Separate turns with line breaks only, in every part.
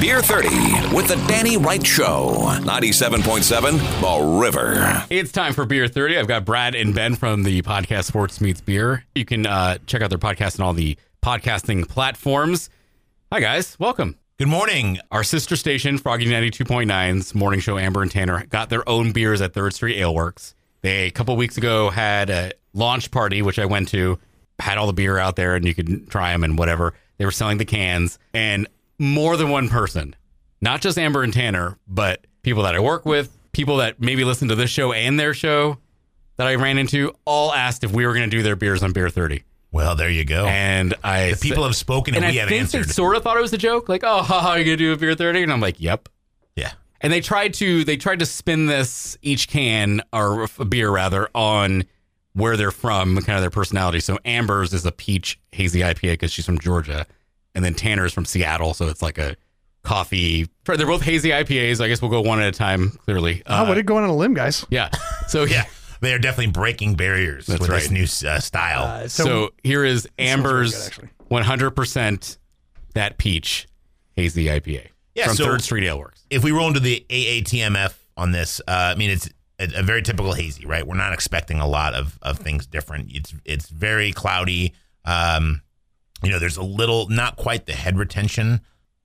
Beer 30 with the Danny Wright Show. 97.7 The River.
It's time for Beer 30. I've got Brad and Ben from the podcast Sports Meets Beer. You can uh, check out their podcast on all the podcasting platforms. Hi, guys. Welcome.
Good morning.
Our sister station, Froggy 92.9's morning show, Amber and Tanner, got their own beers at Third Street Aleworks. They, a couple weeks ago, had a launch party, which I went to, had all the beer out there and you could try them and whatever. They were selling the cans and more than one person, not just Amber and Tanner, but people that I work with, people that maybe listen to this show and their show that I ran into, all asked if we were going to do their beers on Beer 30.
Well, there you go.
And I
the people have spoken and,
and
we
I
have
think
answered.
they sort of thought it was a joke, like, "Oh, haha, you're gonna do a beer 30? and I'm like, "Yep."
yeah.
And they tried to they tried to spin this each can or a beer rather on where they're from, kind of their personality. So Amber's is a peach hazy IPA because she's from Georgia, and then Tanner's from Seattle, so it's like a coffee. They're both hazy IPAs. I guess we'll go one at a time. Clearly,
I
uh,
would have gone on a limb, guys.
yeah. So
Yeah. They are definitely breaking barriers
That's
with this
right.
new uh, style.
So, here is Amber's
really good, actually.
100% that peach hazy IPA
Yeah,
from
so-
Third Street Ale Works.
if we roll into the AATMF on this, uh, I mean it's a, a very typical hazy, right? We're not expecting a lot of of things different. It's it's very cloudy. Um, you know, there's a little, not quite the head retention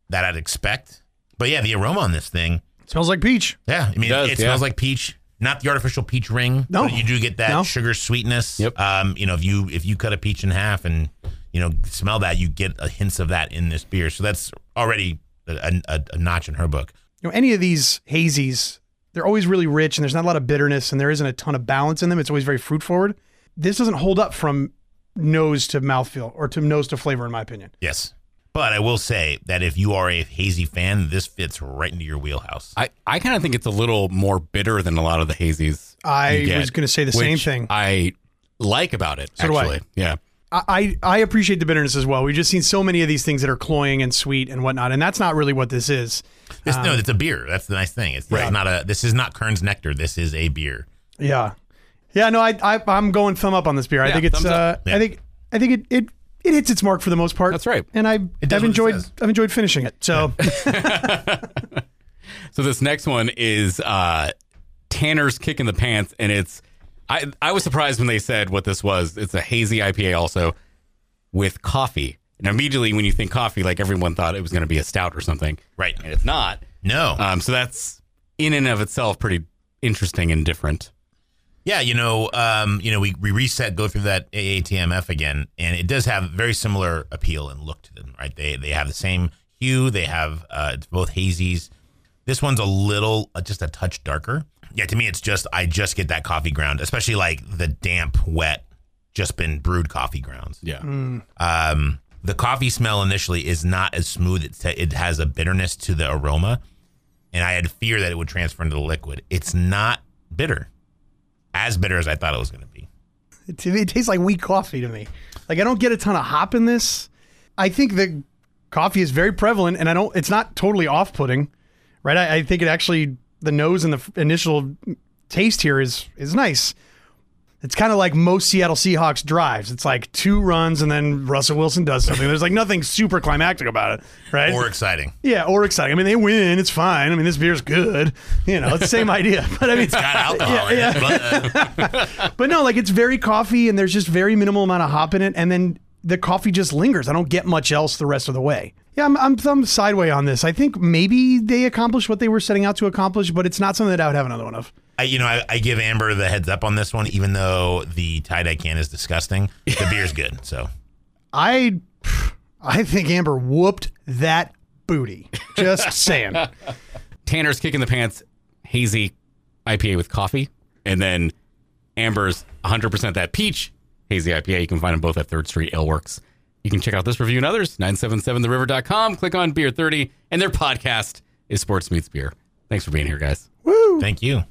that I'd expect, but yeah, the aroma on this thing,
smells like peach.
yeah, I mean,
It does,
it,
yeah.
smells like peach. Not the artificial peach ring.
No.
but you do get that
No.
sugar sweetness.
Yep.
Um, you know, if you if you cut a peach in half and you know smell that, you get a hints of that in this beer. So that's already a, a, a notch in her book.
You know, any of these hazies, they're always really rich and there's not a lot of bitterness and there isn't a ton of balance in them. It's always very fruit forward. This doesn't hold up from nose to mouthfeel or to nose to flavor, in my opinion.
Yes. But I will say that if you are a hazy fan, this fits right into your wheelhouse.
I, I kind of think it's a little more bitter than a lot of the hazies.
I
you get,
was gonna say the
which
same thing.
I like about it,
So do I.
actually. Yeah.
I, I I appreciate the bitterness as well. We've just seen so many of these things that are cloying and sweet and whatnot, and that's not really what this is.
This, no,
um,
it's a beer. That's the nice thing. It's, this is not a. This is not Kern's Nectar. This is a beer.
Yeah, yeah. No, I, I I'm going thumb up on this beer. I
Yeah,
think it's
thumbs
uh,
up.
Yeah.
I think I think it, it it hits its mark for the most part.
That's right.
And I
does what
I've
it
enjoyed
says.
I've enjoyed finishing it. So
So this next one is uh, Tanner's Kick in the Pants, and it's I I was surprised when they said what this was. It's a hazy IPA also with coffee, and immediately when you think coffee, like everyone thought it was going to be a stout or something,
Right.
and it's not.
No.
Um, so that's in and of itself pretty interesting and different.
Yeah, you know, um, you know, we, we reset, go through that AATMF again, and it does have very similar appeal and look to them, right? They they have the same hue. They have uh, it's both hazies. This one's a little, uh, just a touch darker. Yeah, to me, it's just I just get that coffee ground, especially like the damp, wet, just been brewed coffee grounds.
Yeah,
Mm.
Um, the coffee smell initially is not as smooth. It, it has a bitterness to the aroma, and I had fear that it would transfer into the liquid. It's not bitter, as bitter as I thought it was going to be.
it, it tastes like weak coffee to me. Like I don't get a ton of hop in this. I think that coffee is very prevalent, and I don't. It's not totally off putting, right? I, I think it actually the nose and the f- initial taste here is is nice. It's kind of like most Seattle Seahawks drives. It's like two runs and then Russell Wilson does something. There's like nothing super climactic about it, right?
Or exciting.
Yeah, or exciting. I mean, they win. It's fine. I mean, this beer's good. You know, it's the same idea. But I mean,
Got alcohol in it, but, uh,
but no, like it's very coffee, and there's just very minimal amount of hop in it, and then the coffee just lingers. I don't get much else the rest of the way. Yeah, I'm I'm, I'm sideway on this. I think maybe they accomplished what they were setting out to accomplish, but it's not something that I would have another one of.
I, you know, I, I give Amber the heads up on this one, even though the tie dye can is disgusting. The beer's good, so
I I think Amber whooped that booty. Just saying.
Tanner's Kick in the Pants hazy IPA with coffee, and then Amber's 100% that peach hazy IPA. You can find them both at Third Street Ale Works. You can check out this review and others 977theriver.com. Click on Beer 30, and their podcast is Sports Meets Beer. Thanks for being here, guys.
thank you.